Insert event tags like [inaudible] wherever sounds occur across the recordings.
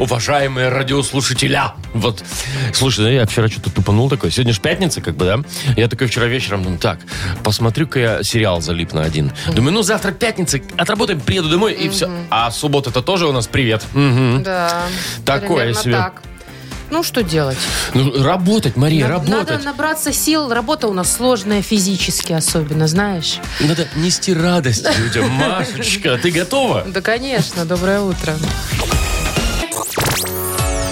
Уважаемые радиослушателя. Вот, слушай, ну я вчера что-то тупанул такой. Сегодня же пятница, как бы, да? Я такой вчера вечером, думаю, так, посмотрю-ка я сериал залип на один. Думаю, ну завтра пятница, отработаем, приеду домой и все. А суббота-то тоже у нас привет. Мгм. Да. Хм. Такое примерно себе. так. Ну, что делать? Ну, работать, Мария, Над- Надо работать. набраться сил. Работа у нас сложная физически особенно, знаешь? Надо нести радость людям. Машечка, ты готова? Да, конечно. Доброе утро.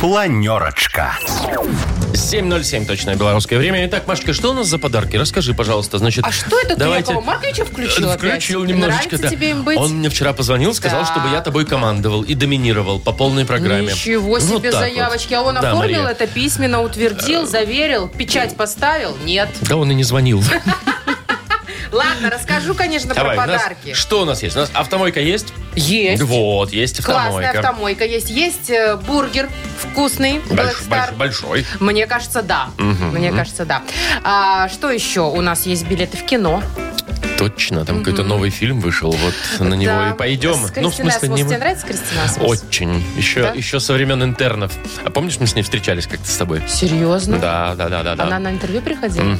Планерочка. 7.07 точное белорусское время. Итак, Машечка, что у нас за подарки? Расскажи, пожалуйста. Значит, А что это давайте... э, ты Якова Марковича включил опять? Включил немножечко, Нравится да. тебе им быть? Он мне вчера позвонил, сказал, Так. чтобы я тобой командовал и доминировал по полной программе. Ничего Ну, Вот себе так вот. заявочки. А он Да, оформил Мария. Э, это письменно, утвердил, заверил, печать поставил? Нет. Да он и не [laughs] звонил. Ладно, расскажу, конечно, Давай, у про нас- подарки. Что у нас есть? У нас автомойка есть? Есть. Вот, есть Классная автомойка. автомойка есть. Есть э, бургер вкусный, Black Больш- больш- Star. Большой. Мне кажется, да. Мне кажется, да. А, что еще? У нас есть билеты в кино. Точно, там какой-то новый фильм вышел, вот на него Да. и пойдем. С Ну, в Кристиной смысле, Асмус. не Тебе мы. нравится Кристина Асмус? Очень. Еще, Да? еще со времен интернов. А помнишь, мы с ней встречались как-то с тобой? Серьезно? Да, да, да, да, да. Она на интервью приходила?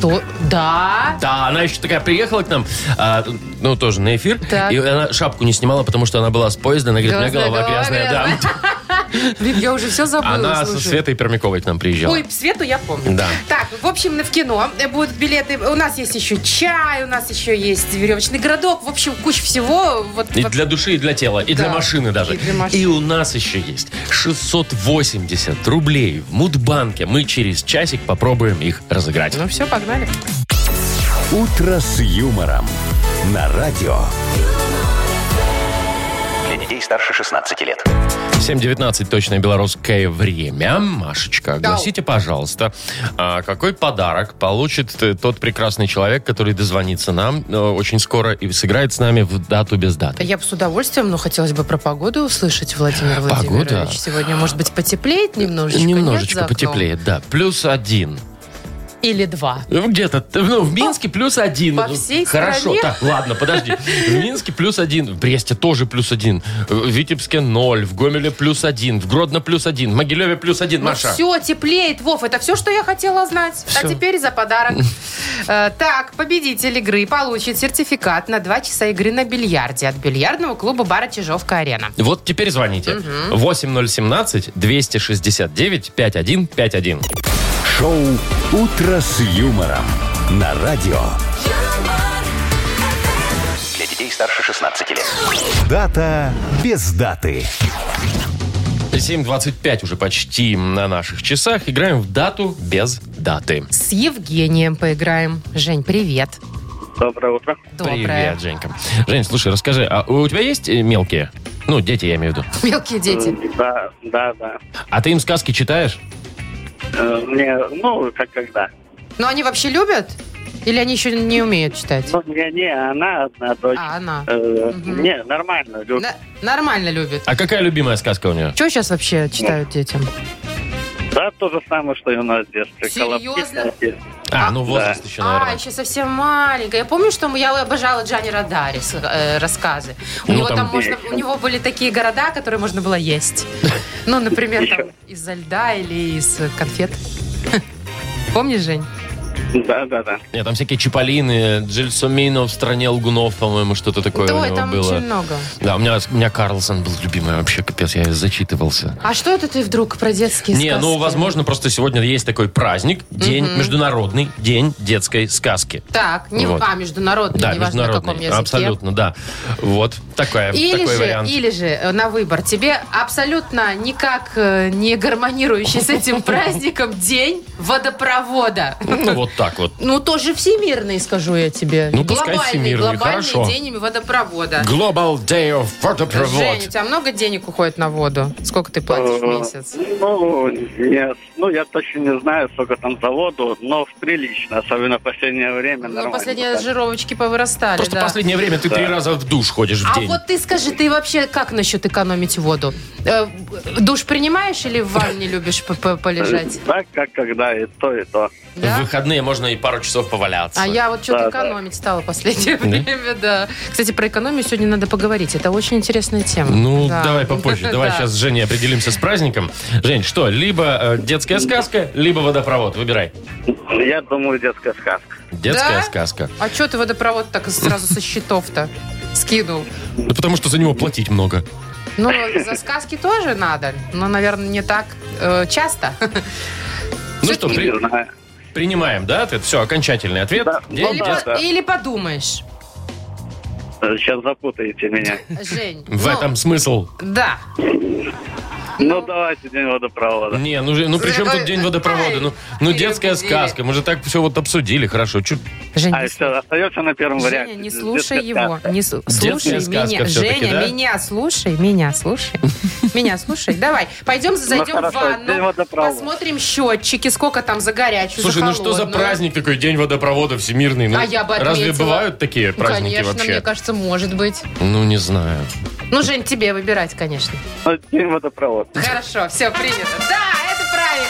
То... Да. Да, она еще такая приехала к нам, а, ну, тоже на эфир, Так. и она шапку не снимала, потому что она была с поезда, она говорит, у меня Грязная голова голова, грязная, да. [laughs] Блин, я уже все забыла, Она со Ну, слушай. Светой Пермяковой к нам приезжала. Ой, Свету я помню. Да. Так, в общем, в кино будут билеты. У нас есть еще чай, у нас еще есть веревочный городок. В общем, куча всего. Вот, И вот- для души, и для тела, и для Да, машины даже. и для машины. у нас еще есть 680 рублей в Мудбанке. Мы через часик попробуем их разыграть. Ну все, погнали. «Утро с юмором» на радио. Для детей старше 16 лет. 7.19 точное белорусское время. Машечка, Да. огласите, пожалуйста, а, какой подарок получит э, тот прекрасный человек, который дозвонится нам э, очень скоро и сыграет с нами в дату без даты? Я бы с удовольствием, но хотелось бы про погоду услышать, Владимир Погода? Э, Владимирович. Сегодня, может быть, потеплеет немножечко? нет, Немножечко за окном? потеплеет, да. Плюс один. Или два. Ну, Где-то, ну, в Минске плюс один. по всей Хорошо, стране? так, ладно, подожди. В Минске плюс один, в Бресте тоже плюс один, в Витебске ноль, в Гомеле плюс один, в Гродно плюс один, в Могилеве плюс один, Ну Маша. все, теплеет, Вов, это все, что я хотела знать. Всё. А теперь за [laughs] подарок. Э, Так, победитель игры получит сертификат на два часа игры на бильярде от бильярдного клуба бара Чижовка-Арена. Вот теперь звоните. 8017-269-5151. Шоу «Утро с юмором» на радио. Для детей старше 16 лет. Дата без даты. 7.25 уже почти на наших часах. Играем в дату без даты. С Евгением поиграем. Жень, привет. Доброе утро. Доброе. Привет, Женька. Жень, слушай, расскажи, а у тебя есть э, мелкие? Ну, дети, я имею в виду. Мелкие дети. М, Да, да, да. А ты им сказки читаешь? Э, Мне, ну, как когда. Но они вообще любят? Или они еще не умеют читать? Ну, не, не, она одна дочь. А, она. Э, Не, нормально. Э, Люд. На- нормально любит. А какая любимая сказка у нее? Что сейчас вообще читают детям? Да, то же самое, что и у нас в детстве. Серьезно? Колобки, А, ну возраст Да. еще, А, наверное. еще совсем маленькая. Я помню, что мы- я обожала Джани Радарис э, рассказы. У Ну, него там- там, можно, у него были такие города, которые можно было есть. Ну, например, там Еще. из-за льда или из конфет. Помнишь, Жень? Да, да, да. Нет, там всякие Чиполлины, Джельсомино в стране лгунов, по-моему, что-то такое у Ой, него там было. очень много. Да, у меня, у меня Карлсон был любимый вообще, капец, я зачитывался. А что это ты вдруг про детские Не, сказки? ну, возможно, просто сегодня есть такой праздник, день, международный день детской сказки. Так, не, Вот. а международный, Да, неважно на каком международный, языке. абсолютно, да. Вот, такая, Или Э, такой же, вариант. или же э, на [laughs] выбор тебе абсолютно никак э, не гармонирующий с этим праздником день водопровода. Ну, вот так вот. Ну, тоже всемирный, скажу я тебе. Ну, пускай глобальный, всемирный, глобальный хорошо. день водопровода. Global Day of Жень, у Waterprovod. тебя много денег уходит на воду? Сколько ты платишь в месяц? Э, Ну, нет, ну я точно не знаю, сколько там за воду, но прилично, особенно в последнее время. Ну, нормально последние так. жировочки повырастали, Просто в да. последнее время ты три раза в душ ходишь в А день. вот ты скажи, ты вообще как насчет экономить воду? Э, душ принимаешь или в ванне любишь п- п- полежать? Так, как когда, и то, и то. В Да? выходные можно и пару часов поваляться. А я вот что-то Да, да. экономить стала [laughs] последнее Да? время, да. Кстати, про экономию сегодня надо поговорить. Это очень интересная тема. Ну, Да. давай [laughs] попозже. Давай Да. сейчас с Женей определимся с праздником. Жень, что, либо э, детская сказка, либо водопровод. Выбирай. Я думаю, детская сказка. Детская Да? сказка. А что ты водопровод так сразу со счетов-то скинул? Ну, потому что за него платить много. Ну, за сказки тоже надо, но, наверное, не так э, часто. Ну что, при- Не знаю. принимаем, да, ответ? Все, окончательный ответ. Да. День- Ну, Или, да, по- да. или подумаешь, Сейчас запутаете меня. Жень. В ну, этом смысл. Да. Ну, давайте день водопровода. Э, Не, ну, же- ну при чем тут Ой, день водопровода? Ну, ну перебудили. детская сказка. Мы же так все вот обсудили, хорошо. Чё- Жень, А, не все, остается на первом Женя, варианте. не слушай Детская его. сказка. Не су- Детская слушай сказка меня. всё-таки, Женя, да? меня слушай, меня слушай. Меня слушай. Давай, пойдем зайдем в Ну, хорошо, день ванну, водопровода. посмотрим счетчики, сколько там за горячую, Слушай, за ну что за холодную. праздник такой, день водопровода всемирный? Ну, А я бы Разве отметила. бывают такие Ну, праздники конечно, вообще? мне кажется, может быть. Ну, не знаю. Ну, Жень, тебе выбирать, конечно. Ну, День водопровода. Хорошо, все, принято. Да, это правильно.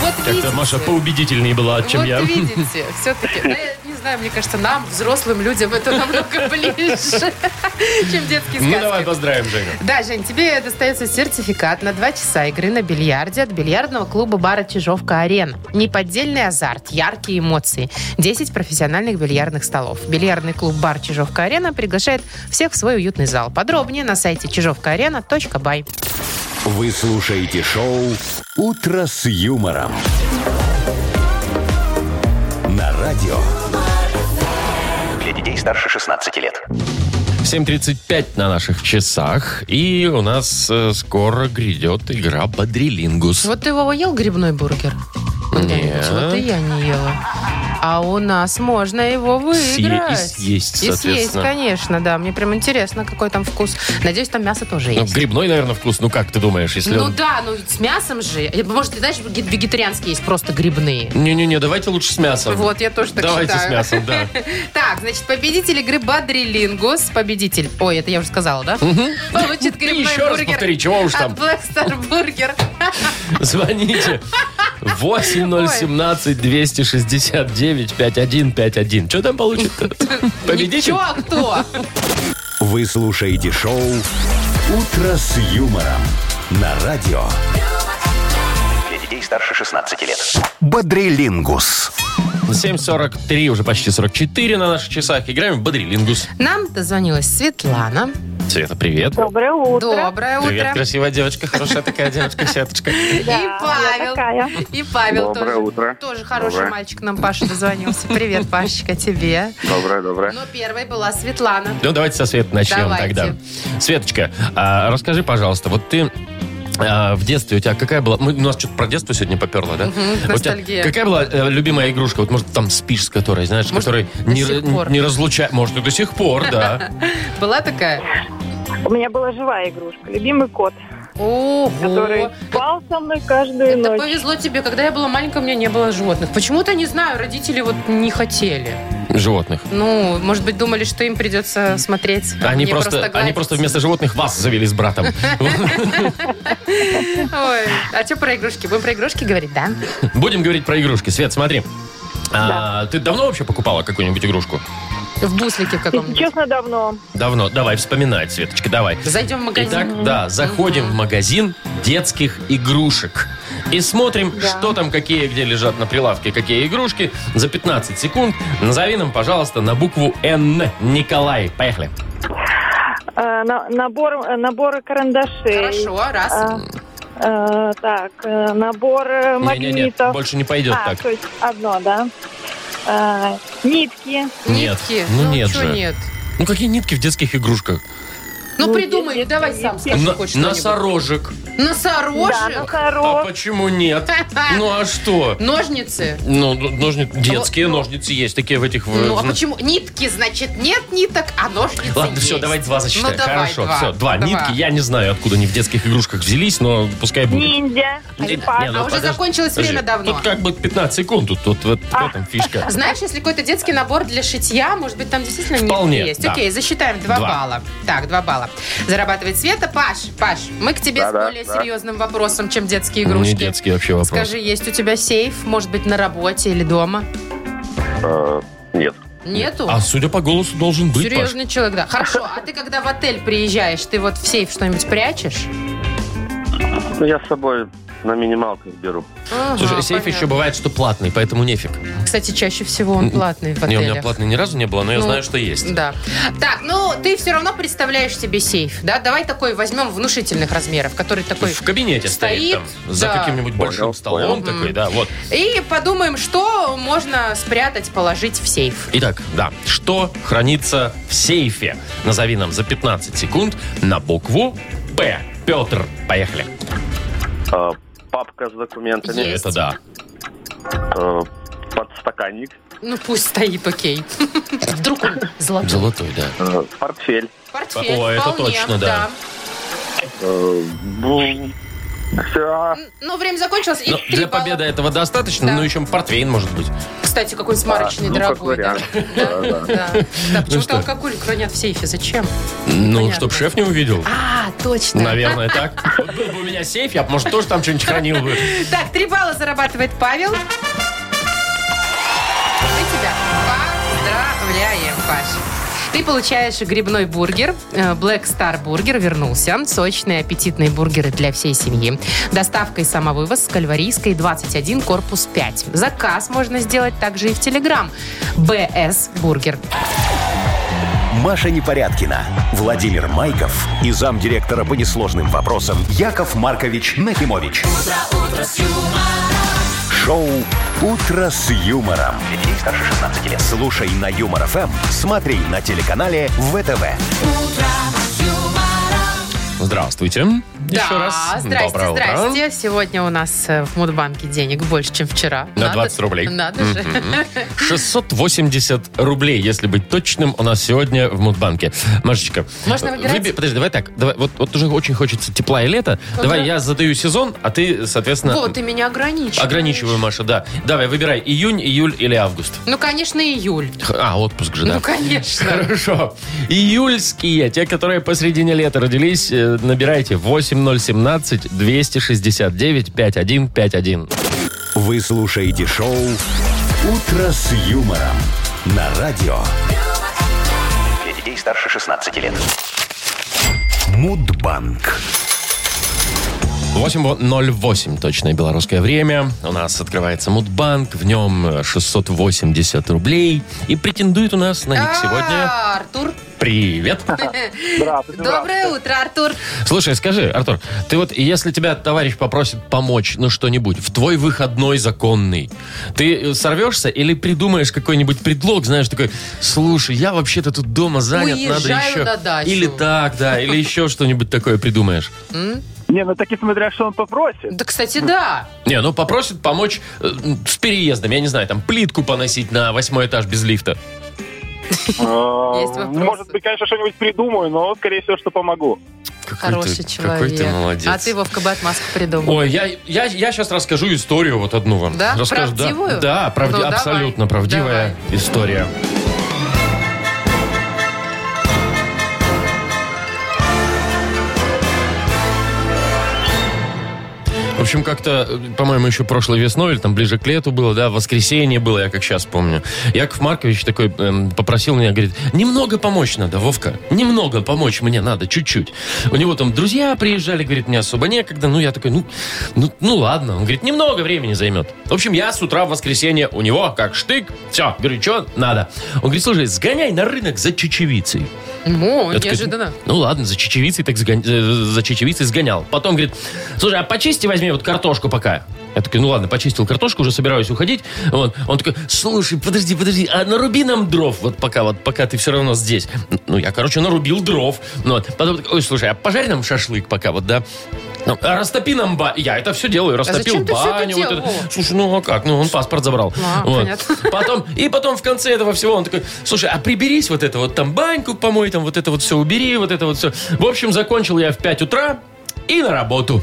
Вот Как-то видите. Маша поубедительнее была, чем вот я. видите, все-таки, я не знаю, мне кажется, нам, взрослым людям, это намного [laughs] ближе, чем детские сказки. Ну, давай поздравим, Женю. Да, Жень, тебе достается сертификат на два часа игры на бильярде от бильярдного клуба бара «Чижовка-арена». Неподдельный азарт, яркие эмоции. 10 профессиональных бильярдных столов. Бильярдный клуб бар «Чижовка-арена» приглашает всех в свой уютный зал. Подробнее на сайте чижовкаарена.бай. Вы слушаете шоу «Утро с юмором». На радио. Для детей старше 16 лет. 7.35 на наших часах. И у нас э, скоро грядет игра «Бодрилингус». Вот ты, Вова, ел грибной бургер? Нет. Вот и я не ела. А у нас можно его Съе- и выиграть. съесть, И съесть, соответственно. конечно, да. Мне прям интересно, какой там вкус. Надеюсь, там мясо тоже Ну, есть. грибной, наверное, вкус. Ну, как ты думаешь, если Ну он... да, ну ведь с мясом же. Может, ты знаешь, веги- вегетарианские есть просто грибные. Не-не-не, давайте лучше с мясом. Вот, я тоже так Давайте считаю. с мясом, [laughs] да. Так, значит, победитель игры Бадрилингус, победитель, ой, это я уже сказала, да? Получит Ты грибной еще раз бургер повтори, чего уж там. От Black Star Burger. Звоните. 8017-269-5151. Что там получит-то? Победитель? [laughs] Ничего, а кто? Вы слушаете шоу «Утро с юмором». На радио. Для детей старше 16 лет. Бодрилингус. 7.43, уже почти 44 на наших часах. Играем в Бодрилингус. Нам дозвонилась Светлана. Света, привет. Доброе утро. Доброе Привет, утро. красивая девочка, хорошая такая девочка, Сеточка. Да, И я Павел. такая. И Павел Доброе тоже. утро. Тоже хороший Доброе. мальчик нам Паша дозвонился. Привет, Пашечка, тебе. Доброе, доброе. Но первой была Светлана. Ну, давайте со Света начнем Давайте. тогда. Светочка, а, расскажи, пожалуйста, вот ты а, в детстве у тебя какая была... мы- у нас что-то про детство сегодня поперло, да? Вот у тебя ностальгия. Какая была э, любимая игрушка? Вот, может, там спишь с которой, знаешь, Может, которой до не, сих пор. не разлучает... Может, и до сих пор, [laughs] да. Была такая? У меня была живая игрушка, любимый кот, Ого! который спал со мной каждую Это ночь. повезло тебе, когда я была маленькая, у меня не было животных. Почему-то, не знаю, родители вот не хотели. Животных. Ну, может быть, думали, что им придется смотреть. а Они мне просто, они гладить. просто вместо животных вас завели с [laughs] братом. Ой, а что про игрушки? Будем про игрушки говорить, да? Будем говорить про игрушки. Свет, смотри. А, Ты давно вообще покупала какую-нибудь игрушку? В буслике в Если каком-нибудь. честно, давно. Давно. Давай, вспоминай, Светочка, давай. Зайдем в магазин. Итак, да, заходим в магазин детских игрушек. И смотрим, что там, какие где лежат на прилавке, какие игрушки. За 15 секунд назови нам, пожалуйста, на букву Н. Николай. Поехали. Э, на- набор, э, наборы карандашей. Хорошо, раз. Э, э, так, э, набор э, Не-не-не, магнитов. больше не пойдет а, так. то есть одно, да. Э, нитки. Нет. Нитки. Ну, нет чё же. нет? Ну, какие нитки в детских игрушках? Ну, Ну, придумай, нет, давай нет, сам нет. скажи На- хоть что-нибудь. носорожек. Да, [laughs] ну, Носорожек? А носорог. почему нет? Ну а что? Ножницы? Ну, ножницы, детские ну. ножницы есть такие в этих... в- Ну, а в- почему? Нитки, значит, нет ниток, а ножницы Ладно, есть. все, давай два засчитаем. Ну, давай Хорошо, два. все, два. Нитки, я не знаю, откуда они в детских игрушках взялись, но пускай будет. Ниндзя. Не, не, черепаха. ну, А уже закончилось время давно. А, Тут как бы 15 секунд, тут, тут вот в этом [laughs] фишка. Знаешь, если какой-то детский набор для шитья, может быть, там действительно нитки Вполне, есть. да. Окей, засчитаем 2 Два. балла. Так, 2 балла. Зарабатывает Света. Паш, Паш, мы к тебе с Да-да, более да. серьезным вопросом, чем детские игрушки. Не детский вообще вопрос. Скажи, есть у тебя сейф, может быть, на работе или дома? Э, Нет. Нету? А судя по голосу должен быть, Паш. Серьезный человек, да. Хорошо, а ты когда в отель приезжаешь, ты вот в сейф что-нибудь прячешь? Ну, я с собой на минималках беру. Слушай, Ага, сейф понятно. еще бывает, что платный, поэтому нефиг. Кстати, чаще всего он платный в Не, отелях. у меня платный ни разу не было, но я Ну, знаю, что есть. Да. Так, ну ты все равно представляешь себе сейф, да? Давай такой возьмем внушительных размеров, который такой. В кабинете стоит, Стоит, там, за да. каким-нибудь большим столом такой, да, вот. И подумаем, что можно спрятать, положить в сейф. Итак, да, что хранится в сейфе? Назови нам за 15 секунд на букву П. Петр, поехали. Э, Папка с документами. Есть. Это да. э, Подстаканник. Ну пусть стоит, окей. [laughs] Вдруг он золотой. Золотой, да. э, Портфель. Портфель. О, это вполне, точно, да. э, бу- всё. Ну, время закончилось. И Ну, три для балла. победы этого достаточно, Да. но еще портвейн может быть. Кстати, какой смарочный, А, ну, как дорогой. да. вариант. Да, да. Да, Ну что? почему-то алкоголь хранят в сейфе. Зачем? Ну, Понятно. чтоб шеф не увидел. А, точно. Наверное, так. Вот был бы у меня сейф, я бы, может, тоже там что-нибудь хранил бы. Так, три балла зарабатывает Павел. Мы тебя поздравляем, Паш. Ты получаешь грибной бургер. Э, Black Star Burger вернулся. Сочные, аппетитные бургеры для всей семьи. Доставка и самовывоз с Кальварийской 21, корпус 5. Заказ можно сделать также и в Телеграм. БС Бургер. Маша Непорядкина, Владимир Майков и замдиректора по несложным вопросам Яков Маркович Нахимович. Шоу Утро с юмором. Детей старше 16 лет. Слушай на Юмор ФМ, смотри на телеканале ВТВ. Здравствуйте. Еще Да, раз. Здрасте, Доброе утро. здрасте. Сегодня у нас э, в Мудбанке денег больше, чем вчера. На Надо- 20 рублей. Надо же. 680 рублей, если быть точным, у нас сегодня в Мудбанке. Машечка. Можно э, выбирать? Подожди, давай так. Давай, вот, вот уже очень хочется тепла и лета. Давай я задаю сезон, а ты, соответственно, Вот, ты меня ограничиваешь. ограничиваю, Маша, да. Давай, выбирай июнь, июль или август. Ну, конечно, июль. Х- А, отпуск же, да. Ну, конечно. Хорошо. Июльские, те, которые посредине лета родились, э, набирайте 8017-269-5151. Вы слушаете шоу Утро с юмором на радио Для детей старше 16 лет. Мудбанк. 8.08 точное белорусское время. У нас открывается Мудбанк. В нем э, 680 рублей. И претендует у нас на них сегодня... А, Артур. Привет! Здравствуйте, Доброе утро, Артур. Слушай, скажи, Артур, ты вот, если тебя товарищ попросит помочь, ну что-нибудь, в твой выходной законный, ты э, сорвешься или придумаешь какой-нибудь предлог, знаешь, такой, слушай, я вообще-то тут дома занят, надо Уезжаю еще... на дачу. Или так, да, или еще что-нибудь такое придумаешь. Не, ну так и смотря, что он [laughs] попросит. Э, Да, кстати, да. Не, ну попросит помочь э, м, с переездом, я не знаю, там плитку поносить на восьмой этаж без лифта. Есть Э, вопросы? Может быть, конечно, что-нибудь придумаю, но, скорее всего, что помогу. Какой ты- Хороший человек. Какой ты молодец. А ты, Вовка, бы отмазку придумал. Ой, я, я, я сейчас расскажу историю вот одну вам. Да? Расскажу, Правдивую? Да, да правди- Ну, давай. абсолютно правдивая история. В общем, как-то, э, по-моему, еще прошлой весной, или там ближе к лету было, да, в воскресенье было, я как сейчас помню. Яков Маркович такой эм, попросил меня, говорит, немного помочь надо, Вовка, немного помочь мне надо, чуть-чуть. У него там друзья приезжали, говорит, мне особо некогда, ну я такой, ну, ну, ну ладно. Он говорит, немного времени займет. В общем, я с утра в воскресенье у него, как штык, все, говорю, что надо. Он говорит, слушай, сгоняй на рынок за чечевицей. Ну, Я такой, неожиданно. Ну ладно, за чечевицей так сгон- э, за чечевицей сгонял. Потом говорит, слушай, а почисти возьми вот картошку пока. Я такой, ну ладно, почистил картошку, уже собираюсь уходить. Вот. Он такой, слушай, подожди, подожди, а наруби нам дров, вот пока, вот пока ты все равно здесь. Ну, я, короче, нарубил дров. Ну, вот. Потом, такой, ой, слушай, а пожарь нам шашлык пока, вот, да? Ну, а Растопи нам баню. Я это все делаю. Растопил А зачем ты всё это баню. вот делал, это. Вова? Слушай, ну а как? Ну, он паспорт забрал. А, Вот. понятно. [laughs] Потом, и потом в конце этого всего он такой, слушай, а приберись вот это вот там баньку помой, там вот это вот все убери, вот это вот все. В общем, закончил я в 5 утра и на работу.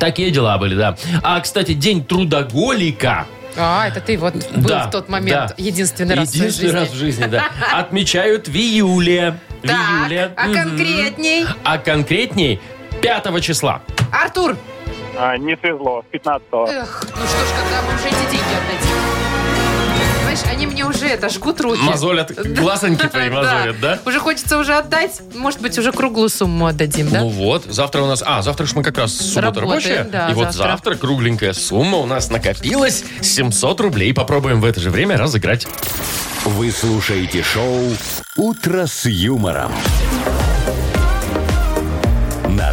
Такие дела были, да. А, кстати, день трудоголика. А, это ты вот был Да, в тот момент да. единственный раз в своей Единственный раз в жизни. жизни, [laughs] да. Отмечают в июле. В Так, июле. а Мгм. конкретней? А конкретней 5 числа. Артур! А, не свезло, 15-го. Эх, ну что ж, когда мы уже эти деньги отдадим? Знаешь, они мне уже это жгут руки. [laughs] Мозолят, глазоньки твои мозолят, да? Уже хочется уже отдать. Может быть, уже круглую сумму отдадим, да? Ну вот, завтра у нас... А, завтра же мы как раз суббота Работаем, рабочая. да, и вот завтра. завтра кругленькая сумма у нас накопилась. 700 рублей. Попробуем в это же время разыграть. Вы слушаете шоу «Утро с юмором». На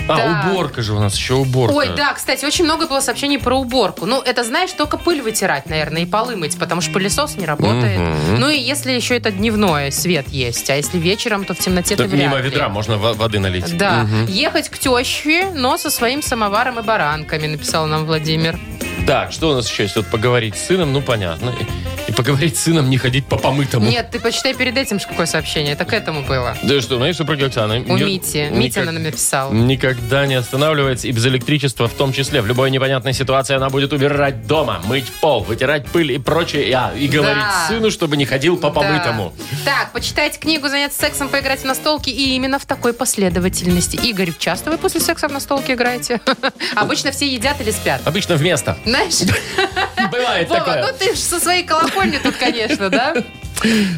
А, Да. уборка же у нас, еще уборка. Ой, да, кстати, очень много было сообщений про уборку. Ну, это знаешь, только пыль вытирать, наверное, и полы мыть, потому что пылесос не работает. Мгм. Ну и если еще это дневное свет есть, а если вечером, то в темноте Тут то вряд мимо ли. ведра можно во- воды налить. Да, Мгм. ехать к теще, но со своим самоваром и баранками, написал нам Владимир. Так, что у нас еще есть? Вот поговорить с сыном, ну понятно. И, и поговорить с сыном, не ходить по помытому. Нет, ты почитай перед этим ж какое сообщение, это к этому было. Да что, моя супруга Оксана. У ни- Мити. никак- Митя нам написал. Никогда не останавливается и без электричества в том числе. В любой непонятной ситуации она будет убирать дома, мыть пол, вытирать пыль и прочее. А, и говорить Да. сыну, чтобы не ходил по помытому. Да. Так, почитать книгу, заняться сексом, поиграть в настолки и именно в такой последовательности. Игорь, часто вы после секса в настолки играете? [laughs] Обычно все едят или спят. Обычно [laughs] вместо. Знаешь, Бывает Вова, такое. ну ты ж со своей колокольни тут, конечно, да?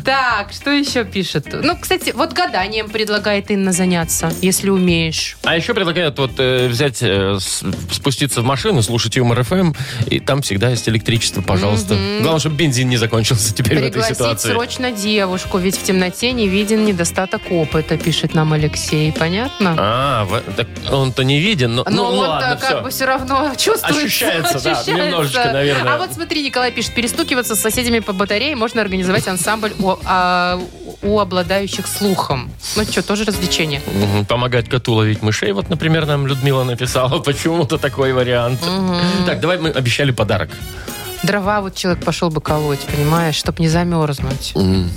Так, что еще пишет? Ну, кстати, вот гаданием предлагает Инна заняться, если умеешь. А еще предлагают вот э, взять, э, с- спуститься в машину, слушать юмор ФМ, и там всегда есть электричество, пожалуйста. Главное, чтобы бензин не закончился теперь в этой Пригласить ситуации. срочно девушку, ведь в темноте не виден недостаток опыта, пишет нам Алексей. Понятно? А, в- так он-то не виден, но, Но ну, он ладно, а, как все. бы все равно [laughs] чувствуется. Ощущается, да, немножечко, наверное. А вот смотри, Николай пишет, перестукиваться с соседями по батарее можно организовать ансамбль у, а, у обладающих слухом. Ну что, тоже развлечение. Мгм, Помогать коту ловить мышей, вот, например, нам Людмила написала. [laughs] Почему-то такой вариант. Так, давай мы обещали подарок. Дрова вот человек пошел бы колоть, понимаешь, чтобы не замерзнуть. Мгм.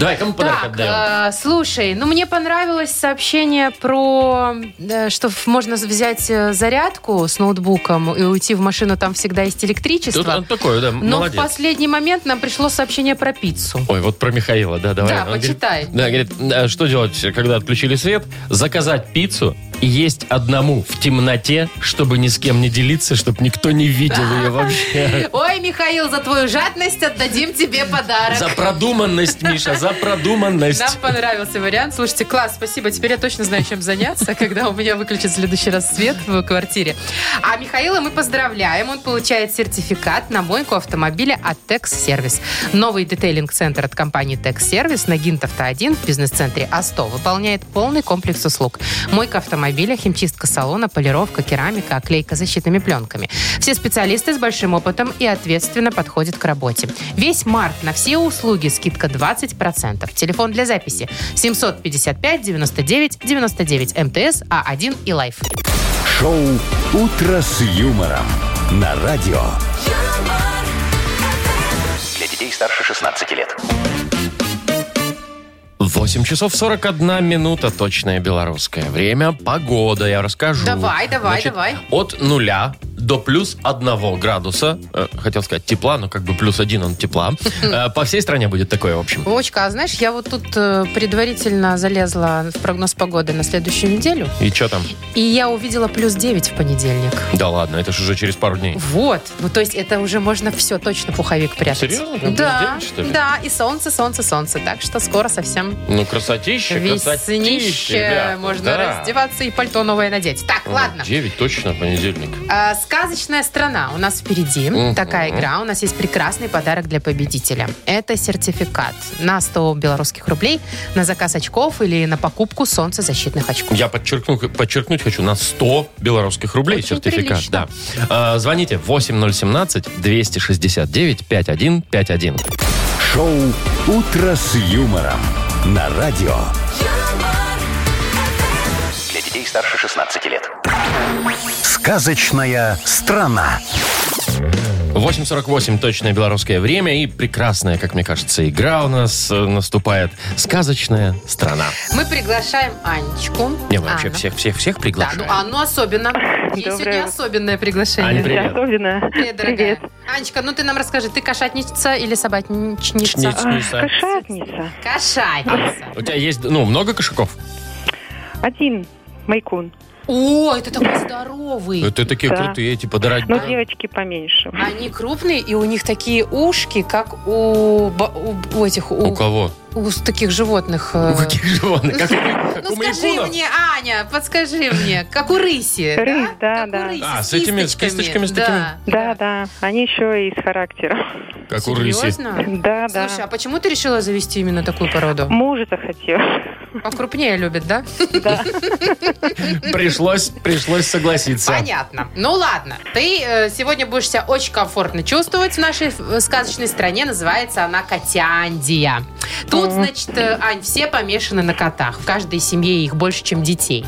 Давай, кому подарок Так, Ну, отдаем? э, слушай, ну мне понравилось сообщение про, э, что в- можно взять э, зарядку с ноутбуком и уйти в машину, там всегда есть электричество. Тут он такой, да, Но Ну, в молодец. последний момент нам пришло сообщение про пиццу. Ой, вот про Михаила, да, давай. Да, Он говорит- почитай. да, говорит, «Э, что делать, когда отключили свет? Заказать пиццу и есть одному в темноте, чтобы ни с кем не делиться, чтобы никто не видел [laughs] ее вообще. Ой, Михаил, за твою жадность отдадим тебе подарок. За продуманность, Миша, за Нам продуманность. понравился вариант. Слушайте, класс, спасибо. Теперь я точно знаю, чем заняться, когда у меня выключит в следующий раз свет в квартире. А Михаила мы поздравляем. Он получает сертификат на мойку автомобиля от Текс Сервис. Новый детейлинг-центр от компании Текс Сервис на Гинтовта 1 в бизнес-центре А100 выполняет полный комплекс услуг. Мойка автомобиля, химчистка салона, полировка, керамика, оклейка защитными пленками. Все специалисты с большим опытом и ответственно подходят к работе. Весь март на все услуги скидка 20%. Телефон для записи 755 99 99 МТС А1 и Лайф. Шоу «Утро с юмором» на радио. юмор, Для детей старше 16 лет. 8 часов 41 минута, точное белорусское время. Погода, я расскажу. Давай, давай, давай. От нуля до плюс одного градуса, э, хотел сказать тепла, но как бы плюс один он [laughs] тепла. Э, По всей стране будет такое, в общем. Вовочка, а знаешь, я вот тут э, предварительно залезла в прогноз погоды на следующую неделю, И что там? и я увидела плюс 9 в понедельник. Да ладно, это же уже через пару дней. Вот. Ну, то есть это уже можно все, точно пуховик прятать. Серьезно? Прям Да. плюс 9, что ли? Да, и солнце, солнце, солнце. Так что скоро совсем Ну, красотища, красотища. Веснище, ребята, можно да. раздеваться и пальто новое надеть. Так, Ну, ладно. 9 точно, понедельник. А, Сказочная страна у нас впереди. Мгм. Такая игра. У нас есть прекрасный подарок для победителя. Это сертификат на 100 белорусских рублей на заказ очков или на покупку солнцезащитных очков. Я подчеркну, подчеркнуть хочу, на 100 белорусских рублей Очень сертификат. Да. прилично. А, звоните 8017-269-5151. Шоу «Утро с юмором» на радио. юмор, Для детей старше 16 лет. «Сказочная страна». 8.48 точное белорусское время и прекрасная, как мне кажется, игра у нас э, наступает. Сказочная страна. Мы приглашаем Анечку. Не, мы вообще Анна. всех-всех-всех Да, приглашаем. ну Анну особенно. Ей Доброе сегодня утро. особенное Ань, приглашение. привет. Особенно. Привет, дорогая. Привет. Анечка, ну ты нам расскажи, ты кошатница или Чниц, собачничница? чница. А, Кошатница. Кошатница. У тебя есть, ну, много кошаков? Один. Майкун. О, это такой здоровый. Это Э, такие Да. крутые, типа, дорогие. Но девочки поменьше. Они крупные, и у них такие ушки, как у, ба- у, у этих, У у, кого? у с- таких животных. э. У каких животных? Как, у- как Ну у скажи мейпунов? мне, Аня, подскажи мне, как у рыси, Рысь, да, Как у да. рыси, А, с этими- с кисточками, с да. Да, да. Они еще и с характером. [laughs] Как у рыси. Серьезно? а Да, да. Слушай, а почему ты решила завести именно такую породу? [laughs] Мужа захотел. Покрупнее любит, да? Пришлось, пришлось согласиться. Понятно. Ну ладно. Ты э, сегодня будешь себя очень комфортно чувствовать в нашей э, сказочной стране. Называется она Котяндия. Тут, значит, э, Ань, все помешаны на котах. В каждой семье их больше, чем детей.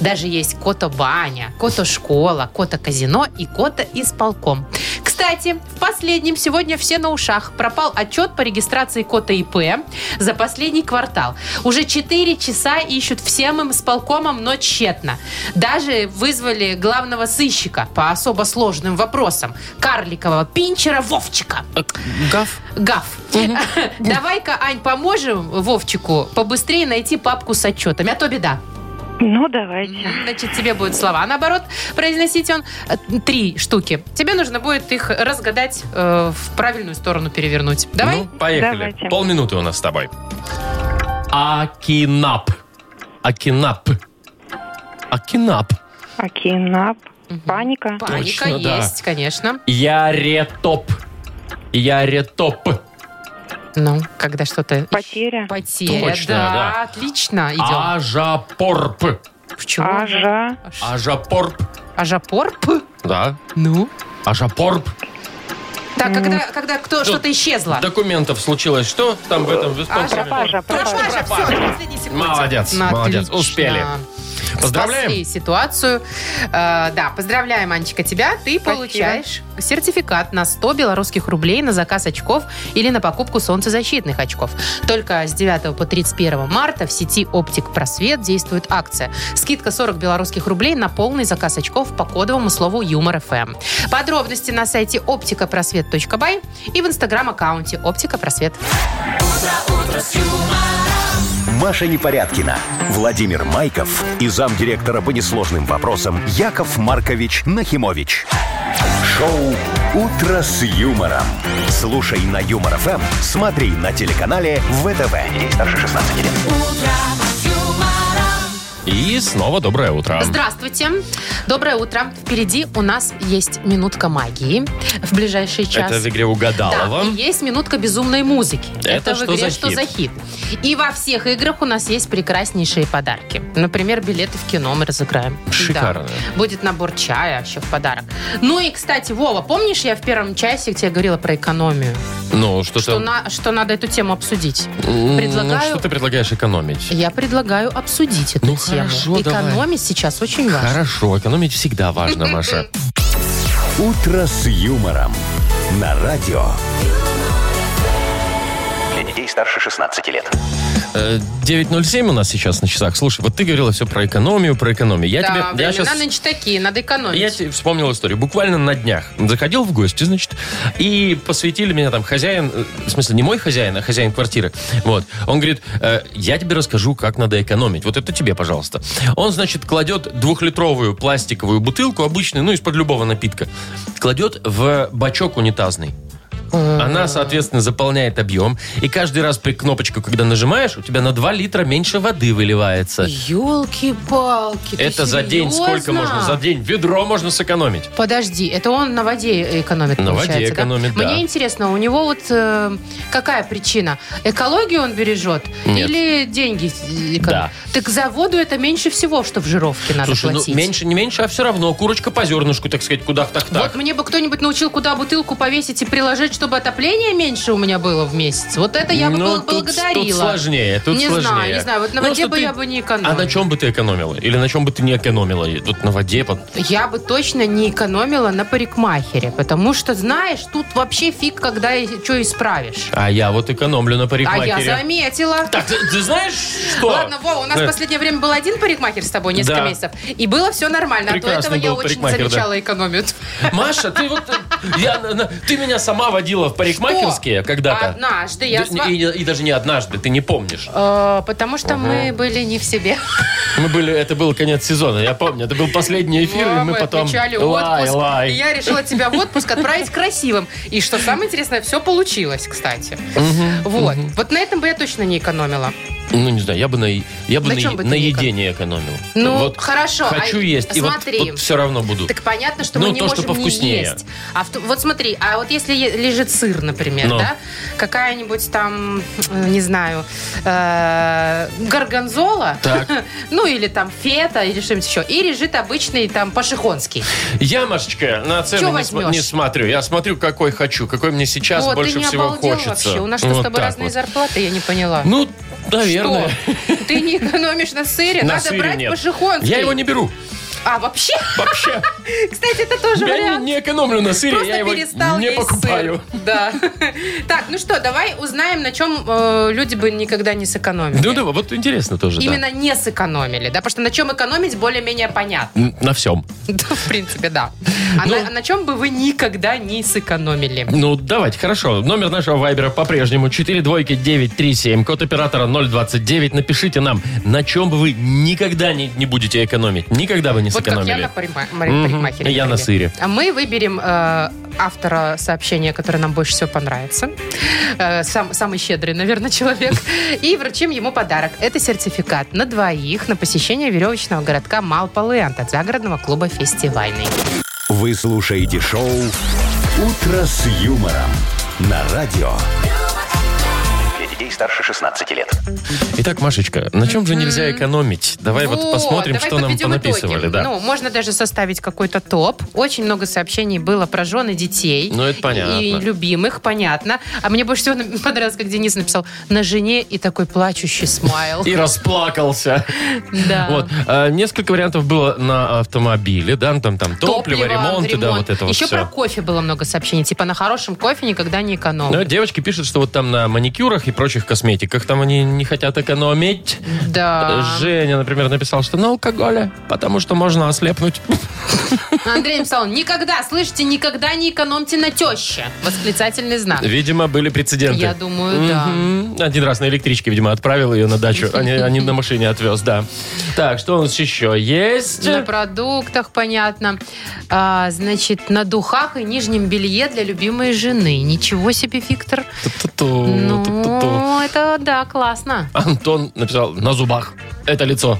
Даже есть кота-баня, кота-школа, кота-казино и кота-исполком. Кстати, в последнем сегодня все на ушах. Пропал отчет по регистрации кота ИП за последний квартал. Уже 4 часа ищут всем им с полкомом, но тщетно. Даже вызвали главного сыщика по особо сложным вопросам. Карликового пинчера Вовчика. Гав. Гав. [laughs] Давай-ка, Ань, поможем Вовчику побыстрее найти папку с отчетами, а то беда. Ну, давайте. Значит, тебе будут слова, наоборот, произносить он. э, Три штуки. Тебе нужно будет их разгадать, э, в правильную сторону перевернуть. Давай? Ну, поехали. Давайте. Полминуты у нас с тобой. Акинап. Акинап. Акинап. Окинап. Паника. Паника Ну, Точно, да. есть, конечно. Яретоп. Яретоп. Ну, когда что-то... Потеря. Потеря, Точно, да, да. А Отлично, идем. Ажапорп. Почему? А Ажа. Ажапорп. Ажапорп? Да. Ну? Ажапорп. Так, а когда, когда кто, что-то исчезло. Документов случилось что там в этом? в исполкоме? Пропажа. Пропажа. Пропажа, все, на последней секунде. Молодец, Ну, молодец, отлично. успели. Поздравляем. Спасли ситуацию. Э, да, поздравляем, Анечка, тебя. Ты Спасибо. получаешь сертификат на 100 белорусских рублей на заказ очков или на покупку солнцезащитных очков. Только с 9 по 31 марта в сети «Оптик Просвет» действует акция. Скидка 40 белорусских рублей на полный заказ очков по кодовому слову «Юмор ФМ». Подробности на сайте оптикапросвет.бай и в инстаграм-аккаунте «Оптика Просвет». Маша Непорядкина, Владимир Майков и замдиректора по несложным вопросам Яков Маркович Нахимович. Шоу «Утро с юмором». Слушай на Юмор ФМ, смотри на телеканале ВТВ. Ей старше 16 лет. И снова доброе утро. Здравствуйте. Доброе утро. Впереди у нас есть минутка магии в ближайший час. Это в игре угадалова. Да, и есть минутка безумной музыки. Это в что игре за «Что хит?» за хит?». И во всех играх у нас есть прекраснейшие подарки. Например, билеты в кино мы разыграем. Шикарно. Да. Будет набор чая еще в подарок. Ну и, кстати, Вова, помнишь, я в первом часе тебе говорила про экономию? Ну, что, Что, там? на- что надо эту тему обсудить. М, предлагаю- Что ты предлагаешь экономить? Я предлагаю обсудить эту Ну, тему. хорошо, давай. Экономить сейчас очень важно. Хорошо, экономить всегда важно, Маша. «Утро с юмором» на радио. Для детей старше 16 лет. Э, 9.07 у нас сейчас на часах. Слушай, вот ты говорила все про экономию, про экономию. Я да, тебе... я времена щас- нынче такие, надо экономить. А Я тебе вспомнил историю. Буквально на днях заходил в гости, значит, и посвятили меня там хозяин, э, в смысле, не мой хозяин, а хозяин квартиры. Вот. Он говорит, «Э, я тебе расскажу, как надо экономить. Вот это тебе, пожалуйста. Он, значит, кладет двухлитровую пластиковую бутылку, обычную, ну, из-под любого напитка, кладет в бачок унитазный. Она, соответственно, заполняет объем. И каждый раз при кнопочку, когда нажимаешь, у тебя на 2 литра меньше воды выливается. Елки-палки. ты Это за день серьезно? сколько можно? За день ведро можно сэкономить. Подожди, это он на воде экономит, На воде получается, да? экономит, да. Мне интересно, у него вот э, какая причина? Экологию он бережет Нет. или деньги экономит? Да. Так за воду это меньше всего, что в жировке надо Слушай, платить. ну меньше, не меньше, а все равно. Курочка по зернышку, так сказать, куда так Вот так. мне бы кто-нибудь научил, куда бутылку повесить и приложить, чтобы отопление меньше у меня было в месяц. Вот это я бы Ну, бл- тут- благодарила. Тут сложнее, тут Не сложнее. знаю, не знаю. Вот на Ну, воде что бы ты- я бы не А экономила. на чем бы ты экономила? Или на чем бы ты не экономила? И Тут на воде под... Я бы точно не экономила на парикмахере, потому что, знаешь, тут вообще фиг, когда и что исправишь. А я вот экономлю на А парикмахере. я заметила. Так, ты, ты знаешь что? Ладно, Вова, у нас в Да. последнее время был один парикмахер с тобой несколько Да. месяцев. И было все нормально. а Прекрасный до этого я был очень парикмахер, да. замечала экономию. Маша, ты вот... э, я на- на- ты меня сама водила в парикмахерские Что? когда-то. Однажды я... Да, с не- ва- и, не- и даже не однажды, ты не помнишь. Э, Потому что мы были не в себе. Мы были, это был конец сезона, я помню. Это был последний эфир, и Мама, мы потом... отмечали Лай, отпуск. лай. И я решила тебя в отпуск отправить красивым. И что самое интересное, все получилось, кстати. Вот. Вот на этом бы я точно не экономила. Ну, не знаю, я бы на, е- я бы На на, чем е- бы ты на не эконом- едение экономил. Ну, вот хорошо, Хочу а есть, и вот, смотри. все равно буду. Так понятно, что Ну, мы не то, что можем повкуснее. не есть. А в ту- вот смотри, а вот если е- лежит сыр, например, Ну. да, какая-нибудь там, э, не знаю, э, горгонзола, Так. [laughs] ну или там фета, или что-нибудь еще, и лежит обычный там пашихонский. Я, Машечка, на Чё цену не, см- возьмешь? не смотрю. Я смотрю, какой хочу, какой мне сейчас вот, ты больше не всего обалдел хочется. вообще, у нас что, с Вот тобой так разные вот. зарплаты, я не поняла. Ну, наверное. Что? Ты не экономишь на сыре, На надо сыре брать нет. пашихонский. Я его не беру. А, вообще? [laughs] Вообще. Кстати, это тоже Я вариант. не, не экономлю на сыре, Просто я его перестал не есть покупаю. сыр. Да. [laughs] Так, ну что, давай узнаем, на чем э, люди бы никогда не сэкономили. Ну да, вот интересно тоже, да. Именно не сэкономили, да, потому что на чем экономить более-менее понятно. [laughs] М, На всем. Да, в принципе, да. А Ну. на- а на чем бы вы никогда не сэкономили? Ну, давайте, хорошо. Номер нашего вайбера по-прежнему 42937, код оператора 029. Напишите нам, на чем бы вы никогда не, не будете экономить. Никогда вы не Вот как я на сэкономили. парима- Мгм. мари- парикмахере. Я на например. сыре. А мы выберем э, автора сообщения, которое нам больше всего понравится. Э, сам, самый щедрый, наверное, [laughs] человек. И вручим ему подарок. Это сертификат на двоих на посещение веревочного городка Малполэнд от загородного клуба «Фестивальный». Вы слушаете шоу «Утро с юмором» на радио. Для детей старше 16 лет. Итак, Машечка, на чем же нельзя экономить? Давай вот, посмотрим, Ну, давай что нам подведем понаписывали. итоги. Да. Ну, можно даже составить какой-то топ. Очень много сообщений было про жены детей. Ну, это понятно. И любимых, понятно. А мне больше всего на- [laughs] понравилось, как Денис написал «на жене» и такой плачущий смайл. И расплакался. Да. Вот. А, Несколько вариантов было на автомобиле, да, ну, там, там топливо, ремонт, и да, вот это вот Еще все. про кофе было много сообщений. Типа на хорошем кофе никогда не экономят. Ну, девочки пишут, что вот там на маникюрах и прочих косметиках там они не хотят экономить. Да. Женя, например, написал, что на алкоголе, потому что можно ослепнуть. Андрей написал, никогда, слышите, никогда не экономьте на теще. Восклицательный [laughs] знак. Видимо, были прецеденты. А. Я думаю, да. Мгм. Один раз на электричке, видимо, отправил ее на [laughs] дачу, а не, а не на машине отвез, да. Так, что у нас еще есть? На продуктах, понятно. А, значит, на духах и нижнем белье для любимой жены. Ничего себе, Виктор. Ту-ту-ту, ну, ту-ту-ту. это да, классно. Антон написал на зубах. Это лицо.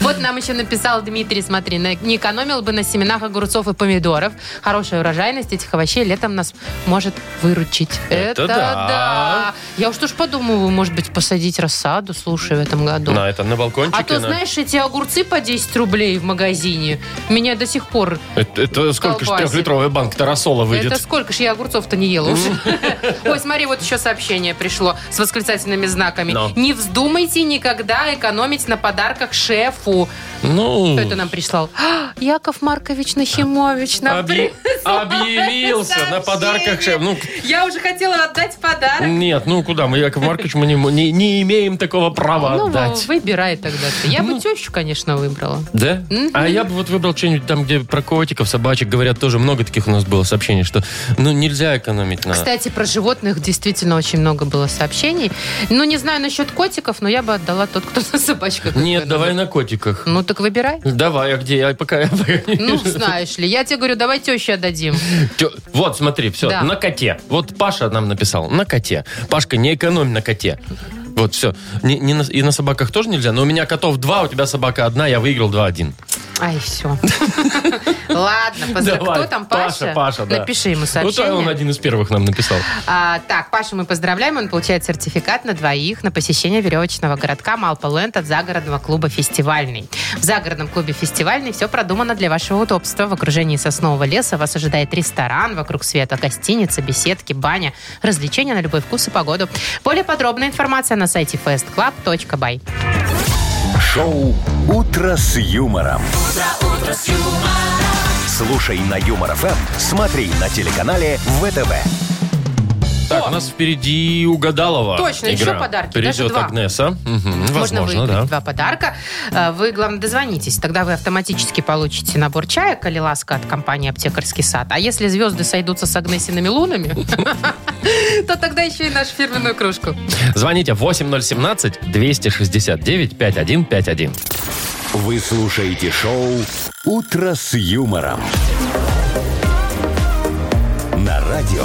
Вот нам еще написал Дмитрий, смотри, на- не экономил бы на семенах огурцов и помидоров. Хорошая урожайность этих овощей летом нас может выручить. Это да. Я уж тоже подумываю, может быть, посадить рассаду, слушай, в этом году. На это на балкончике. А то, на- знаешь, эти огурцы по 10 рублей в магазине меня до сих пор... Это, это сколько ж колбасит. трехлитровая банка рассола выйдет? Это сколько ж я огурцов-то не ела уже. [laughs] Ой, смотри, вот еще сообщение пришло с восклицательными знаками. Но. Не вздумайте никогда экономить на подарках шефу. Ну, Кто это нам прислал? А, Яков Маркович Нахимович нам объ- прислал объявился на сообщение. подарках шеф. Ну, Я уже хотела отдать подарок. нет, ну куда мы, Яков Маркович, мы не, не- не имеем такого права Ну, отдать. выбирай тогда ты. Я Ну. бы тещу, конечно, выбрала. Да? Мгм. А я бы вот выбрал что-нибудь там, где про котиков, собачек говорят, тоже много таких у нас было сообщений, что ну нельзя экономить на... Кстати, про животных действительно очень много было сообщений. Ну, не знаю насчет котиков, но я бы отдала тот, кто на собачках. Нет, экономит. давай на котиках. Ну, так выбирай. Давай, а где я пока... [laughs] я пока не Ну, вижу. знаешь ли, я тебе говорю, давай теще отдадим. Тё- Вот, смотри, все, Да. на коте. Вот Паша нам написал, на коте. Пашка, не экономь на коте. Вот, все. и на собаках тоже нельзя, но у меня котов два, у тебя собака одна, я выиграл 2-1. Ай, [laughs] все. Ладно, поза- Давай, кто там, Паша, Паша? Паша, да. Напиши ему Ну, то он сообщение. один из первых нам написал. А, так, Пашу мы поздравляем, он получает сертификат на двоих на посещение веревочного городка Малполэнд от загородного клуба «Фестивальный». В загородном клубе «Фестивальный» все продумано для вашего удобства. В окружении соснового леса вас ожидает ресторан, вокруг света гостиница, беседки, баня, развлечения на любой вкус и погоду. Более подробная информация на сайте festclub.by. Шоу «Утро с юмором». Слушай на Юмор ФМ, смотри на телеканале ВТВ. Так, у нас впереди угадалова. Точно, игра. еще подарки, даже Придет два. Агнеса. Мгм, Можно возможно, выиграть да. два подарка. Э, Вы, главное, дозвонитесь. Тогда вы автоматически получите набор чая «Калиласка» от компании «Аптекарский сад». А если звезды сойдутся с Агнесиными лунами, [laughs] то тогда еще и нашу фирменную кружку. Звоните 8017-269-5151. Вы слушаете шоу «Утро с юмором». На радио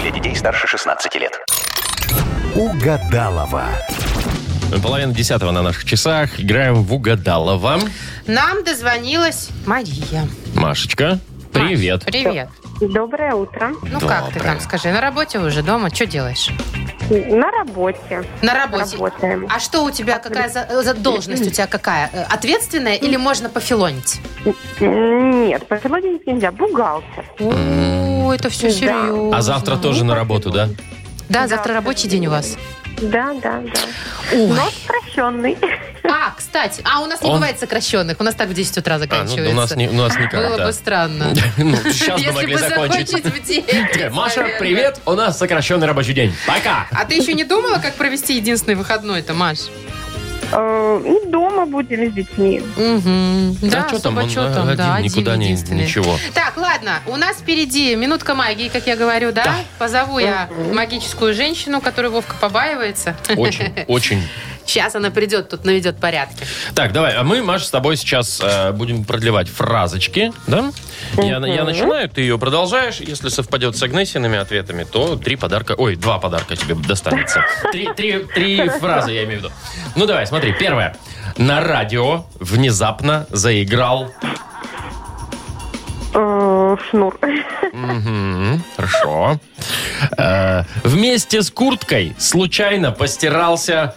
Для детей старше 16 лет. Угадалова. Половина десятого на наших часах. Играем в Угадалова. Нам дозвонилась Мария. Машечка, привет. Маш, привет. Доброе утро. Ну как ты Доброе. там, скажи, на работе уже дома? Что делаешь? На работе. На работе. Работаем. А что у тебя, какая за, за должность у тебя какая? Э, Ответственная или можно пофилонить? А- Нет, по сегодня нельзя. Бухгалтер. О, это все Да. серьезно. А завтра тоже на работу, да? Да, завтра рабочий день у вас. Да, да, да. Ой. Но прощенный. [laughs] А, кстати, а у нас не Он- бывает сокращенных. У нас так в 10 утра А, ну, заканчивается. у нас, не, у нас никак, Было да. [laughs] бы странно. Ну, сейчас Если бы могли бы закончить. закончить в 9, Такая, Маша, наверное. привет, у нас сокращенный рабочий день. Пока. А ты еще не думала, как провести единственный выходной-то, Маш? Э, и Дома будем с детьми. Угу. Да, что там, особо он чё э, там, один, да, один никуда не, единственный. ничего. Так, ладно, у нас впереди минутка магии, как я говорю, да? Да. Позову я магическую женщину, которую Вовка побаивается. [laughs] Очень, очень. Сейчас она придет, тут наведет порядки. Так, давай, а мы, Маша, с тобой сейчас э, будем продлевать фразочки, да? Я, я начинаю, ты ее продолжаешь. Если совпадет с Агнесиными ответами, то три подарка, ой, два подарка тебе достанется. Три, три, три фразы, я имею в виду. Ну, давай, смотри, первое. На радио внезапно заиграл... Э, Шнур. [laughs] Мгм, хорошо. Э, вместе с курткой случайно постирался...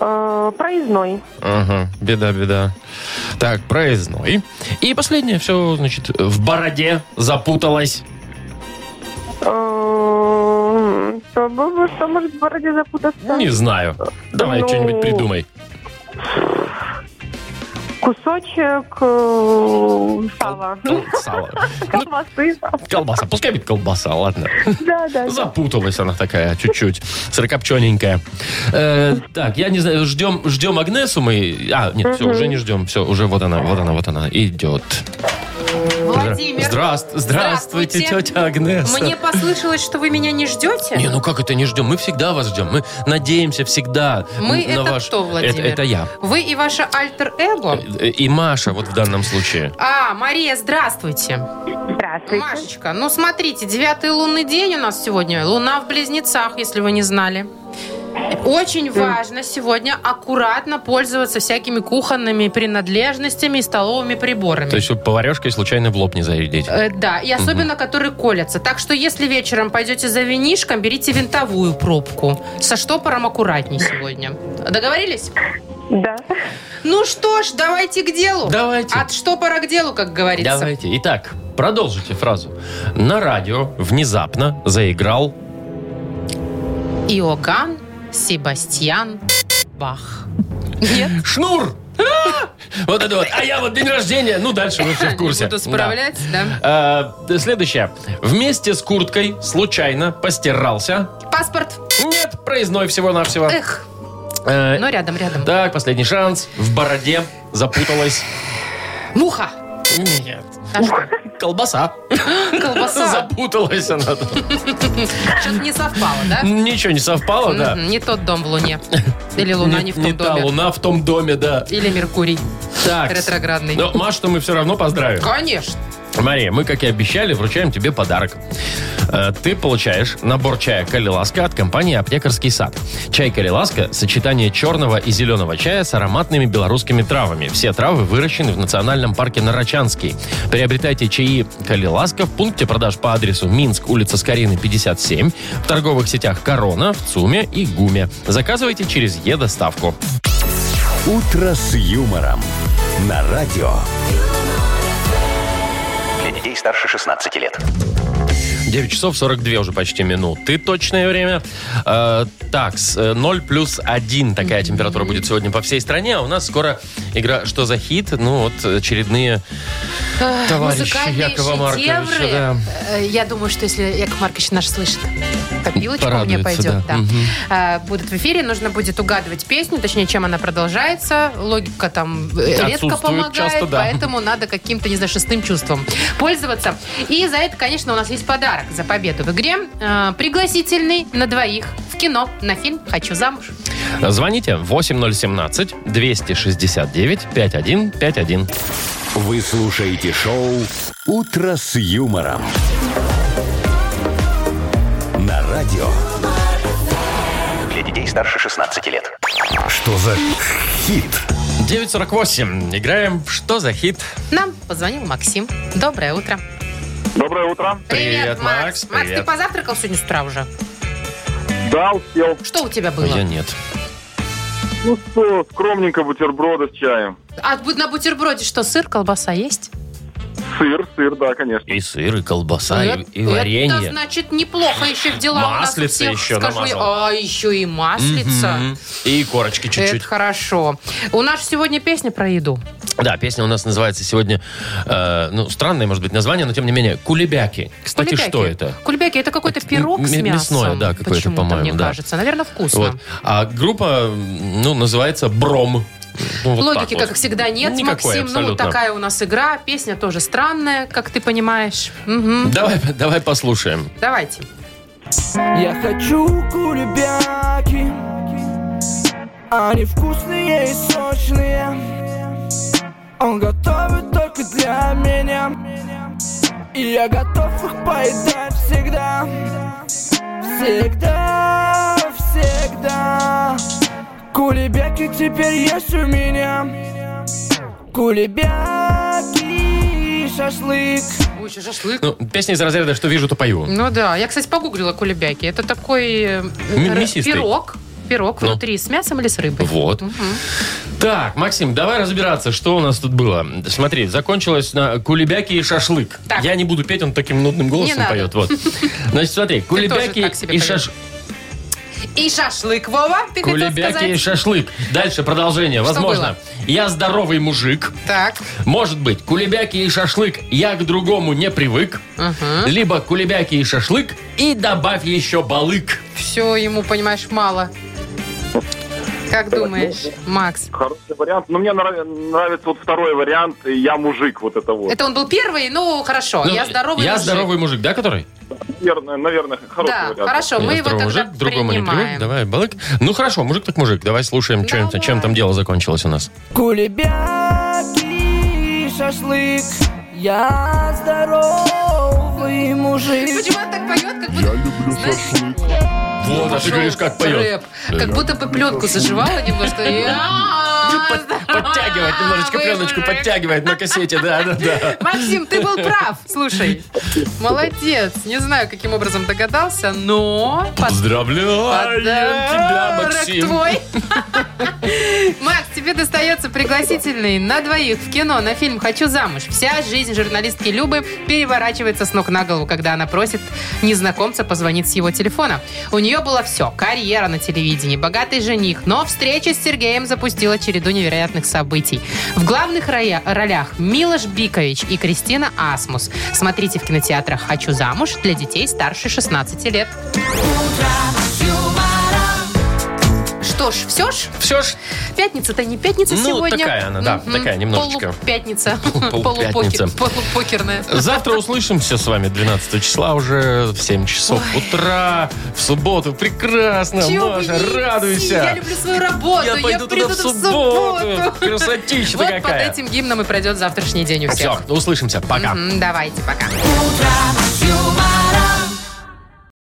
Э, Проездной. Ага, беда, беда. Так, проездной. И последнее все, значит, в бороде запуталась. Э, Что было, что может в городе запутаться? Не знаю. Давай Ну. что-нибудь придумай. Кусочек э, сала. Кол- сало. Ну, Колбасы. колбаса. Пускай будет колбаса, ладно. Да, да. да. Запуталась она такая чуть-чуть. Сырокопчененькая. Э, так, я не знаю, ждем, ждем Агнесу мы. А, нет, все, уже не ждем. Все, уже вот она, вот она, вот она. Идет. Владимир. Здравств- здравствуйте, тетя Агнеса. Мне послышалось, что вы меня не ждете. Не, ну как это не ждем? Мы всегда вас ждем. Мы надеемся всегда Мы н- на это ваш... кто, Владимир? Это, это я. Вы и ваше альтер-эго. Э, И Маша вот в данном случае. А, Мария, здравствуйте. Здравствуйте. Машечка, ну смотрите, девятый лунный день у нас сегодня. Луна в близнецах, если вы не знали. Очень важно сегодня аккуратно пользоваться всякими кухонными принадлежностями и столовыми приборами. То есть чтобы поварешкой случайно в лоб не зарядить. Э, да, и особенно которые колятся. Так что если вечером пойдете за винишком, берите винтовую пробку. Со штопором аккуратней сегодня. Договорились? Да. Ну что ж, давайте к делу. Давайте. От штопора к делу, как говорится. Давайте. Итак, продолжите фразу. На радио внезапно заиграл... Иоганн Себастьян Бах. Нет? Шнур! А! Вот это вот. А я вот день рождения. Ну, дальше вы все в курсе. Буду справлять, да. Да. Э, Следующее. Вместе с курткой случайно постирался. Паспорт. Нет, проездной всего-навсего. Эх, ну Э, но рядом, рядом. Так, последний шанс. В бороде запуталась. Муха. Нет. А что? Колбаса. Колбаса. [laughs] Запуталась она. Что-то не совпало, да? Ничего не совпало, Ну, да? Мгм, Не тот дом в Луне. Или Луна не, в том та доме. луна в том доме, да. Или Меркурий Так. ретроградный. Но Машу мы все равно поздравим. Конечно. Мария, мы, как и обещали, вручаем тебе подарок. Э, Ты получаешь набор чая «Калиласка» от компании «Аптекарский сад». Чай «Калиласка» – сочетание черного и зеленого чая с ароматными белорусскими травами. Все травы выращены в национальном парке Нарочанский. Приобретайте чаи «Калиласка» в пункте продаж по адресу Минск, улица Скорины, 57, в торговых сетях «Корона», в ЦУМе и «Гуме». Заказывайте через «Е-доставку». Утро с юмором. На радио. Для детей старше 16 лет. 9 часов 42 уже почти минуты. Точное время. Э, так, с, э, 0 плюс 1 такая температура будет сегодня по всей стране. А у нас скоро игра «Что за хит?» Ну вот очередные товарищи Музыкальные Якова Марковича. шедевры. да. Э, Я думаю, что если Яков Маркович наш слышит, копилочка у меня Порадуется, пойдет. да. да. Мгм. Э, Будут в эфире, нужно будет угадывать песню, точнее, чем она продолжается. Логика там э, редко Отсутствует помогает, часто, да. поэтому надо каким-то, не знаю, шестым чувством пользоваться. И за это, конечно, у нас есть подарок за победу в игре. Э, Пригласительный на двоих в кино на фильм «Хочу замуж». Звоните 8017-269-5151. Вы слушаете шоу «Утро с юмором». На радио. детей старше 16 лет. Что за хит? 9.48. Играем в «Что за хит?» Нам позвонил Максим. Доброе утро. Доброе утро. Привет, Макс, Макс, привет. ты позавтракал сегодня с утра уже? Да, успел. Что у тебя А Я было? нет. Ну что, скромненько бутерброда с чаем. А бу- на бутерброде что, сыр, колбаса есть? Сыр, сыр, да, конечно. И сыр, и колбаса, и, и Это варенье. значит неплохо еще в дела Маслица у нас у всех, еще скажу я. намазал. А, еще и маслица. Мгм. И корочки чуть-чуть. Это хорошо. У нас сегодня песня про еду. Да, песня у нас называется сегодня, э, ну, странное, может быть, название, но тем не менее, кулебяки. Кстати, Кулебяки. А что это? Кулебяки это какой-то Это пирог м- с м- мясом. мясное, да, какое-то, почему-то, по-моему, мне да. кажется. Наверное, вкусно. Вот. А группа, ну, называется «Бром». Ну, вот Логики, так вот. как всегда, нет, Никакой, Максим. Ну, абсолютно. такая у нас игра. Песня тоже странная, как ты понимаешь. Мгм. Давай, давай послушаем. Давайте. Я хочу кулебяки Они вкусные и сочные Он готовит только для меня И я готов их поедать всегда Всегда, всегда Кулебяки теперь есть у меня Кулебяки и шашлык Ой, еще шашлык. Ну, песня из разряда «Что вижу, то пою». Ну да, я, кстати, погуглила кулебяки. Это такой э, М- р- мясистый. пирог. Пирог Ну. внутри с мясом или с рыбой. Вот. Мгм. Так, Максим, давай разбираться, что у нас тут было. Смотри, закончилось на кулебяки и шашлык. Так. Я не буду петь, он таким нудным Не голосом надо. поет. Вот. Значит, смотри, кулебяки так себе и поешь. шаш... И шашлык, Вова, ты хотел Кулебяки сказать? и шашлык. Дальше продолжение. Что Возможно. Я здоровый мужик. Так, Может быть, кулебяки и шашлык я к другому не привык. Либо кулебяки и шашлык и добавь еще балык. все ему, понимаешь, мало. Как думаешь, Макс? Хороший вариант. Но мне нрав- нравится вот второй вариант. Я мужик, вот это вот. Это он был первый, ну хорошо. Ну, я здоровый Я мужик. здоровый мужик, да, который? Наверное, наверное, хороший Да, вариант. хорошо, мы Я его здоровый тогда мужик, к другому не привык. принимаем. Давай, балык. Ну хорошо, мужик так мужик. Давай слушаем, чем, Давай. чем там дело закончилось у нас. Кулебяки, шашлык, я здоровый мужик. Почему он так поет, как будто... Знаешь, Вот, а ты шел говоришь, как поет. рэп. Как будто бы пленку заживала немножко. Подтягивает немножечко Вы пленочку, мужик. подтягивает на кассете, да, да, да. Максим, ты был прав. Слушай, молодец. Не знаю, каким образом догадался, но... под- Поздравляю тебя, подарок Максим. твой. [laughs] Макс, тебе достается пригласительный на двоих в кино на фильм «Хочу замуж». Вся жизнь журналистки Любы переворачивается с ног на голову, когда она просит незнакомца позвонить с его телефона. У нее было все. Карьера на телевидении, богатый жених, но встреча с Сергеем запустила череду невероятных событий. В главных роя- ролях Милош Бикович и Кристина Асмус. Смотрите в кинотеатрах «Хочу замуж» для детей старше 16 лет. Что ж, все ж, Все ж, Пятница-то не пятница Ну, сегодня. такая она, да, Мгм. такая немножечко. Полупятница. [laughs] Полупятница. Полупокер- Полупокерная. завтра услышимся с вами 12 числа уже в 7 часов утра, в субботу. Прекрасно, Чего Маша, вы не идите? радуйся. Я люблю свою работу. Я, пойду приду туда в субботу. Красотища ты Вот под какая. этим гимном и пройдет завтрашний день у Все, всех. услышимся, пока. Мгм, Давайте, пока. утро